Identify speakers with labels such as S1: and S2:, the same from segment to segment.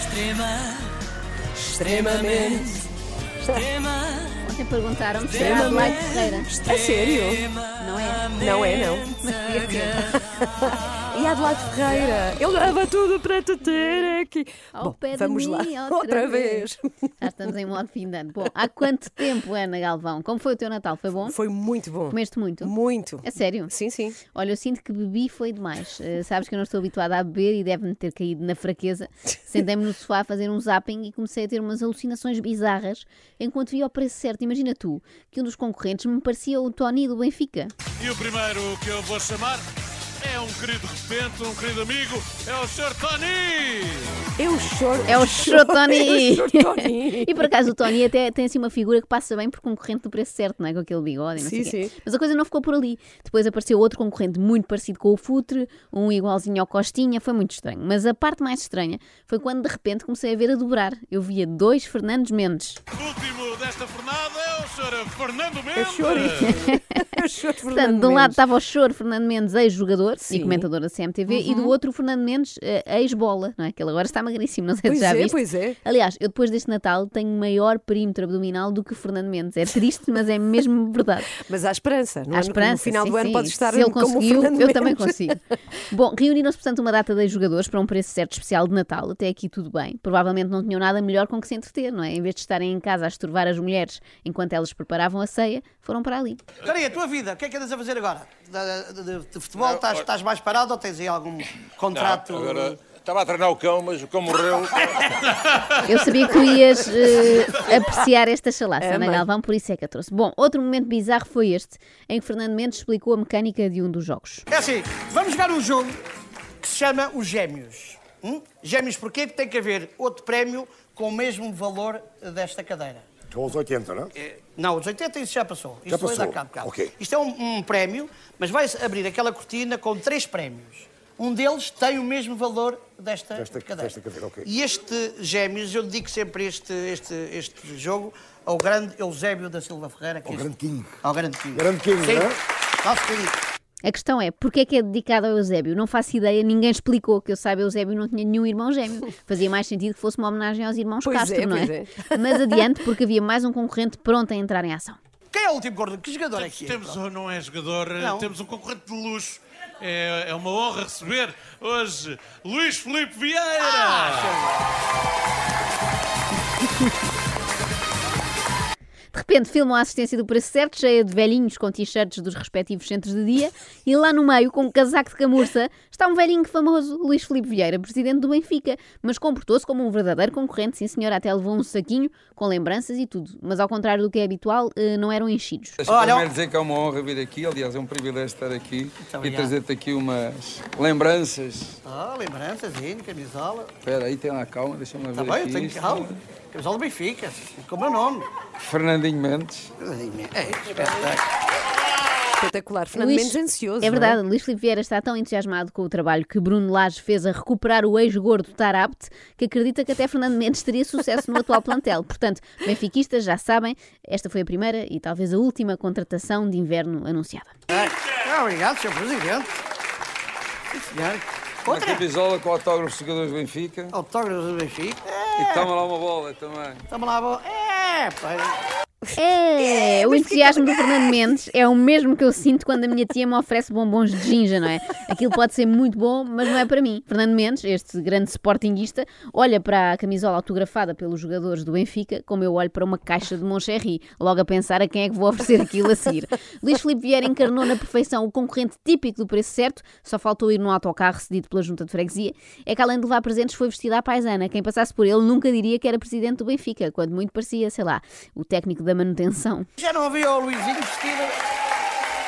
S1: Extrema, extremamente, extrema,
S2: Ontem perguntaram-me se era Adelaide Ferreira.
S3: A É sério?
S2: Não é?
S3: Não é, não.
S2: Mas podia ser.
S3: E a Adelaide Ferreira? Eu dava tudo para te ter aqui.
S2: Ao
S3: Bom,
S2: pé de
S3: vamos
S2: mim,
S3: lá.
S2: outra vez. Já estamos em modo fim de ano. Bom, há quanto tempo, Ana Galvão? Como foi o teu Natal? Foi bom?
S3: Foi muito bom.
S2: Comeste muito?
S3: Muito.
S2: É sério?
S3: Sim, sim.
S2: Olha, eu sinto que bebi foi demais. Eh, sabes que eu não estou habituada a beber e deve-me ter caído na fraqueza. Sentei-me no sofá a fazer um zapping e comecei a ter umas alucinações bizarras enquanto via o preço certo. Imagina tu que um dos concorrentes me parecia o Tony do Benfica.
S4: E o primeiro que eu vou chamar é um querido repente, um querido amigo, é o Sr. Tony!
S3: Eu choro.
S2: É o Chotoni!
S3: É o Chotoni.
S2: e por acaso o Tony até tem assim uma figura que passa bem por concorrente do preço certo, não é? Com aquele bigode. e Não sei
S3: Sim,
S2: quê.
S3: sim.
S2: Mas a coisa não ficou por ali. Depois apareceu outro concorrente muito parecido com o Futre, um igualzinho ao Costinha, foi muito estranho. Mas a parte mais estranha foi quando de repente comecei a ver a dobrar. Eu via dois Fernandes Mendes.
S4: O último desta fornada é o Sr. Fernando
S3: Eu
S4: Mendes!
S3: choro. Eu choro, Fernando
S2: Portanto, de um lado
S3: Mendes.
S2: estava o choro Fernando Mendes, ex-jogador e
S3: Sim. Uhum.
S2: comentador da CMTV, e do outro o Fernando Mendes, eh, ex-bola, não é? Que ele agora está magríssimo, não sei
S3: Pois
S2: se já
S3: é,
S2: viste.
S3: pois é.
S2: Aliás, eu depois deste Natal tenho maior perímetro abdominal do que Fernando Mendes. É triste, mas é mesmo verdade.
S3: Mas há esperança. No,
S2: Há
S3: ano-
S2: esperança.
S3: no final
S2: sim,
S3: do ano
S2: sim.
S3: podes estar
S2: Se ele
S3: como o
S2: conseguiu,
S3: Fernando
S2: eu também
S3: Mendes.
S2: consigo. Bom, reuniram-se, portanto, uma data de jogadores para um preço certo especial de Natal. Até aqui tudo bem. Provavelmente não tinham nada melhor com que se entreter, não é? Em vez de estarem em casa a estorvar as mulheres enquanto elas preparavam a ceia, foram para ali.
S5: Espera aí, a tua vida, o que é que andas a fazer agora? De, de- de- de futebol, estás, estás mais parado ou tens aí algum contrato?
S6: Agora, estava a treinar o cão, mas o cão morreu.
S2: Eu sabia que tu ias eh, apreciar esta chalaça, Ana
S3: Amei.
S2: Galvão, por isso é que a trouxe. Bom, outro momento bizarro foi este, em que Fernando Mendes explicou a mecânica de um dos jogos.
S5: É assim, vamos jogar um jogo que se chama os Gêmeos. Hum? Gêmeos porquê? Porque tem que haver outro prémio com o mesmo valor desta cadeira.
S7: Estou aos 80, não é?
S5: Não, os 80 isso já passou. Isso
S7: Já
S5: foi
S7: passou.
S5: daqui a bocado.
S7: Ok.
S5: Isto é um, um prémio, mas vai-se abrir aquela cortina com três prémios. Um deles tem o mesmo valor desta,
S7: Desta-
S5: cadeira.
S7: desta cadeira, ok.
S5: E este Gêmeos, eu digo sempre este, este, este jogo ao grande Eusébio da Silva Ferreira. que
S7: Ao
S5: este-
S7: grande King.
S5: Ao grande King.
S7: Grande King,
S5: Sim.
S7: não é?
S5: Nosso King.
S2: A questão é, porquê é que é dedicado ao Eusébio? Não faço ideia, ninguém explicou que eu saiba, Eusébio não tinha nenhum irmão gêmeo. Fazia mais sentido que fosse uma homenagem aos irmãos
S3: Pois é,
S2: Castro, não
S3: pois
S2: é? Mas adiante, porque havia mais um concorrente pronto a entrar em ação.
S5: Quem é o último gordo? Que jogador é
S4: Temos,
S5: que é?
S4: temos um- não é jogador,
S5: Não.
S4: temos um concorrente de luxo. É, é uma honra receber hoje Luís Filipe
S5: Ah,
S4: Vieira!
S2: De repente filmam a assistência do preço certo, cheia de velhinhos com t-shirts dos respectivos centros de dia, e lá no meio, com um casaco de camurça, está um velhinho famoso, Luís Filipe Vieira, presidente do Benfica, mas comportou-se como um verdadeiro concorrente, sim senhor, até levou um saquinho com lembranças e tudo, mas ao contrário do que é habitual, eh, não eram enchidos.
S6: Deixa-me
S5: Olha, ó.
S6: primeiro dizer que é uma honra vir aqui. Aliás, é um privilégio estar aqui e
S5: obrigado.
S6: trazer-te aqui umas lembranças.
S5: Ah, lembranças, hino, camisola.
S6: Espera aí, tem lá calma, deixa-me lá ver
S5: Está Tá bem, eu
S6: aqui
S5: tenho
S6: isto.
S5: calma. Camisola do Benfica, com o meu nome.
S6: Fernandinho Mendes.
S5: É, espetáculo.
S3: Espetacular. Fernando
S2: Luís-
S3: Mendes ansioso.
S2: É
S3: não
S2: verdade, Luís Filipe Vieira está tão entusiasmado com o trabalho que Bruno Lage fez a recuperar o ex-gordo Tarabt que acredita que até Fernando Mendes teria sucesso no atual plantel. Portanto, benfiquistas já sabem, esta foi a primeira e talvez a última contratação de inverno anunciada.
S5: Ah, obrigado, Sr. Presidente. Sim, senhor. é
S6: Uma
S5: Outra?
S6: camisola com autógrafos dos jogadores do Benfica.
S5: Autógrafo do Benfica.
S6: E toma lá uma bola também.
S5: Estamos lá, bom. É, pai.
S2: É, o entusiasmo do Fernando Mendes é o mesmo que eu sinto quando a minha tia me oferece bombons de ginja, não é? Aquilo pode ser muito bom, mas não é para mim. Fernando Mendes, este grande sportinguista, olha para a camisola autografada pelos jogadores do Benfica como eu olho para uma caixa de Moncherry, logo a pensar a quem é que vou oferecer aquilo a seguir. Luís Filipe Vieira encarnou na perfeição o concorrente típico do preço certo, só faltou ir num autocarro cedido pela junta de freguesia, é que além de levar presentes foi vestida à paisana. Quem passasse por ele nunca diria que era presidente do Benfica, quando muito parecia, sei lá, o técnico da manutenção.
S5: Já não ouvi o Luizinho vestido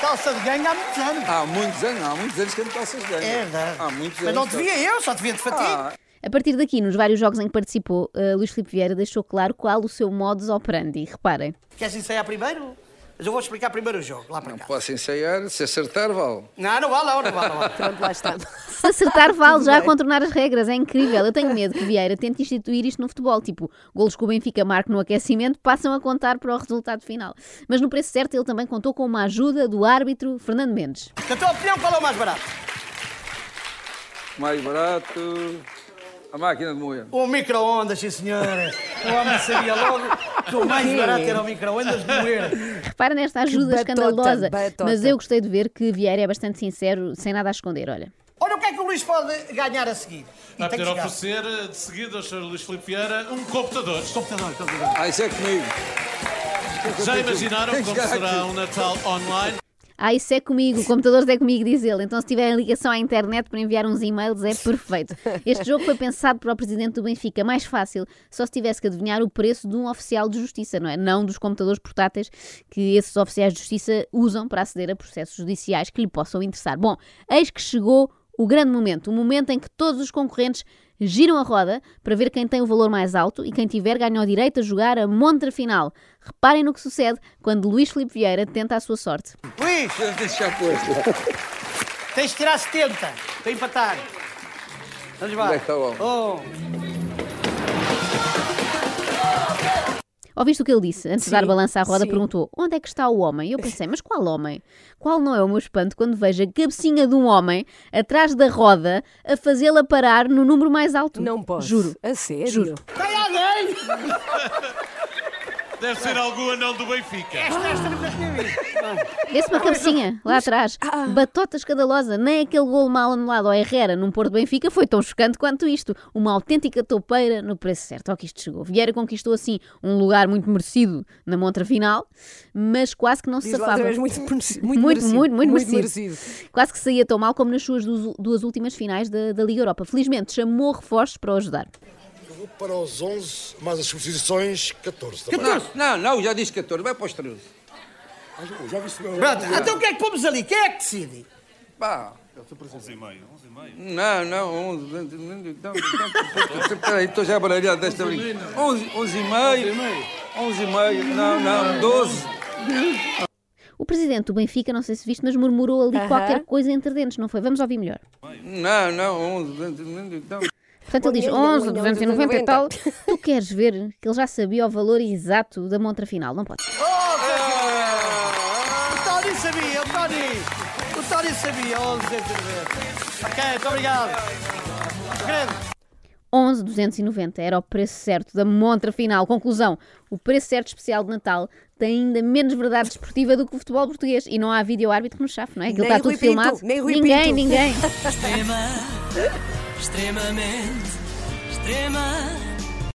S5: calça de ganho há muitos anos.
S6: Há muitos anos, há muitos anos que eu não calças ganhas.
S5: É verdade.
S6: Há muitos
S5: Mas
S6: anos.
S5: não devia eu, só devia de fatia.
S6: Ah,
S2: A partir daqui, nos vários jogos em que participou, eh, Luís Filipe Vieira deixou claro qual o seu modus operandi. Reparem.
S5: Queres ensaiar primeiro? Mas eu vou explicar primeiro o jogo, lá para
S6: não
S5: cá.
S6: posso ensaiar, se acertar, vale.
S5: Não, não vá lá, não vá lá.
S3: é? Pronto, lá está.
S2: Se acertar, vale já a contornar as regras. É incrível. Eu tenho medo que Vieira tente instituir isto no futebol. Tipo, golos que o Benfica marca no aquecimento passam a contar para o resultado final. Mas no preço certo, ele também contou com uma ajuda do árbitro Fernando Mendes.
S5: Na tua opinião, qual é o mais barato?
S6: Mais barato. A máquina de moer.
S5: Um micro-ondas, sim senhora. O homem sabia logo que o mais barato era o micro-ondas de moer.
S2: Repara nesta ajuda
S3: batota,
S2: escandalosa.
S3: batota.
S2: Mas eu gostei de ver que Vieira é bastante sincero, sem nada a esconder, olha.
S5: Olha o que é que o Luís pode ganhar a seguir.
S4: Vai poder
S5: tem que chegar.
S4: oferecer, eh, de seguida, ao Sr. Luís Filipe Vieira, um computador.
S5: Computador, computador.
S6: Ah, isso é comigo.
S4: Já imaginaram
S6: Tem que
S4: como
S6: chegar
S4: será
S6: aqui.
S4: um Natal online?
S2: Ah, isso é comigo, computadores é comigo, diz ele. Então, se tiverem ligação à internet para enviar uns e-mails, é perfeito. Este jogo foi pensado para o presidente do Benfica, mais fácil, só se tivesse que adivinhar o preço de um oficial de justiça, não é? Não dos computadores portáteis que esses oficiais de justiça usam para aceder a processos judiciais que lhe possam interessar. Bom, eis que chegou o grande momento, o momento em que todos os concorrentes giram a roda para ver quem tem o valor mais alto e quem tiver ganha o direito a jogar a montra final. Reparem no que sucede quando Luís Filipe Vieira tenta a sua sorte.
S5: Luís,
S6: Deixa já posto.
S5: tens de tirar 70 para empatar. Vamos lá.
S6: Onde é que está o homem?
S5: Um.
S2: Ouviste o que ele disse? Antes de dar
S3: Sim,
S2: balança à roda,
S3: sim.
S2: perguntou onde é que está o homem? E eu pensei, mas qual homem? Qual não é o meu espanto quando vejo a cabecinha de um homem atrás da roda a fazê-la parar no número mais alto?
S3: Não posso.
S2: Juro.
S3: A sério?
S2: Juro.
S5: Tem alguém?
S4: Deve ser algum anão do Benfica.
S5: Esta, esta nunca tinha visto.
S2: Vê-se uma cabecinha lá atrás.
S3: Ah.
S2: Batota escandalosa. Nem aquele gol mal anulado ao Herrera num Porto Benfica foi tão chocante quanto isto. Uma autêntica toupeira no preço certo. Ao que isto chegou. Vieira conquistou assim um lugar muito merecido na montra final, mas quase que não se
S3: Diz lá
S2: safava.
S3: outra vez, muito, merecido,
S2: Muito,
S3: merecido,
S2: muito, muito merecido.
S3: merecido.
S2: Quase que saía tão mal como nas suas duas, duas últimas finais da, da Liga Europa. Felizmente chamou reforços para o ajudar.
S1: Vou para os 11, mais as substituições, 14. Tá bem?
S6: Não, não, não, já disse 14. Vai para os 13.
S1: Ah, Já viste o meu.
S5: Pronto, então o que é que pomos ali? Quem é que decide?
S6: Pá. 11 e meio, 11 e meio. Não, não, 11. não, não, não, não. Espera aí, estou já baralhado desta brinca. 11, 11 e meio. 11 e meio. Não, não, 12.
S2: O presidente do Benfica, não sei se viste, mas murmurou ali
S3: Aham.
S2: qualquer coisa entre dentes, não foi? Vamos ouvir melhor.
S6: Não, não, 11. não, não, não.
S2: Portanto, ele diz
S3: Olha, olha,
S2: 11,
S3: olha,
S2: 290 e tal.
S3: 290.
S2: Tu queres ver que ele já sabia o valor exato da montra final, não pode? ser.
S5: O Tony sabia, o Tony. O Tony sabia, 11 vezes. Ok, muito obrigado. Grande.
S2: 11, 290 era o preço certo da montra final. Conclusão, o preço certo especial de Natal tem ainda menos verdade desportiva do que o futebol português e não há vídeo-árbitro que nos chafe, não é? Aquilo
S3: Nem
S2: está tudo
S3: Rui Pinto,
S2: filmado.
S3: nem Rui
S2: ninguém,
S3: Pinto.
S2: ninguém.
S7: extrema, extremamente, extrema.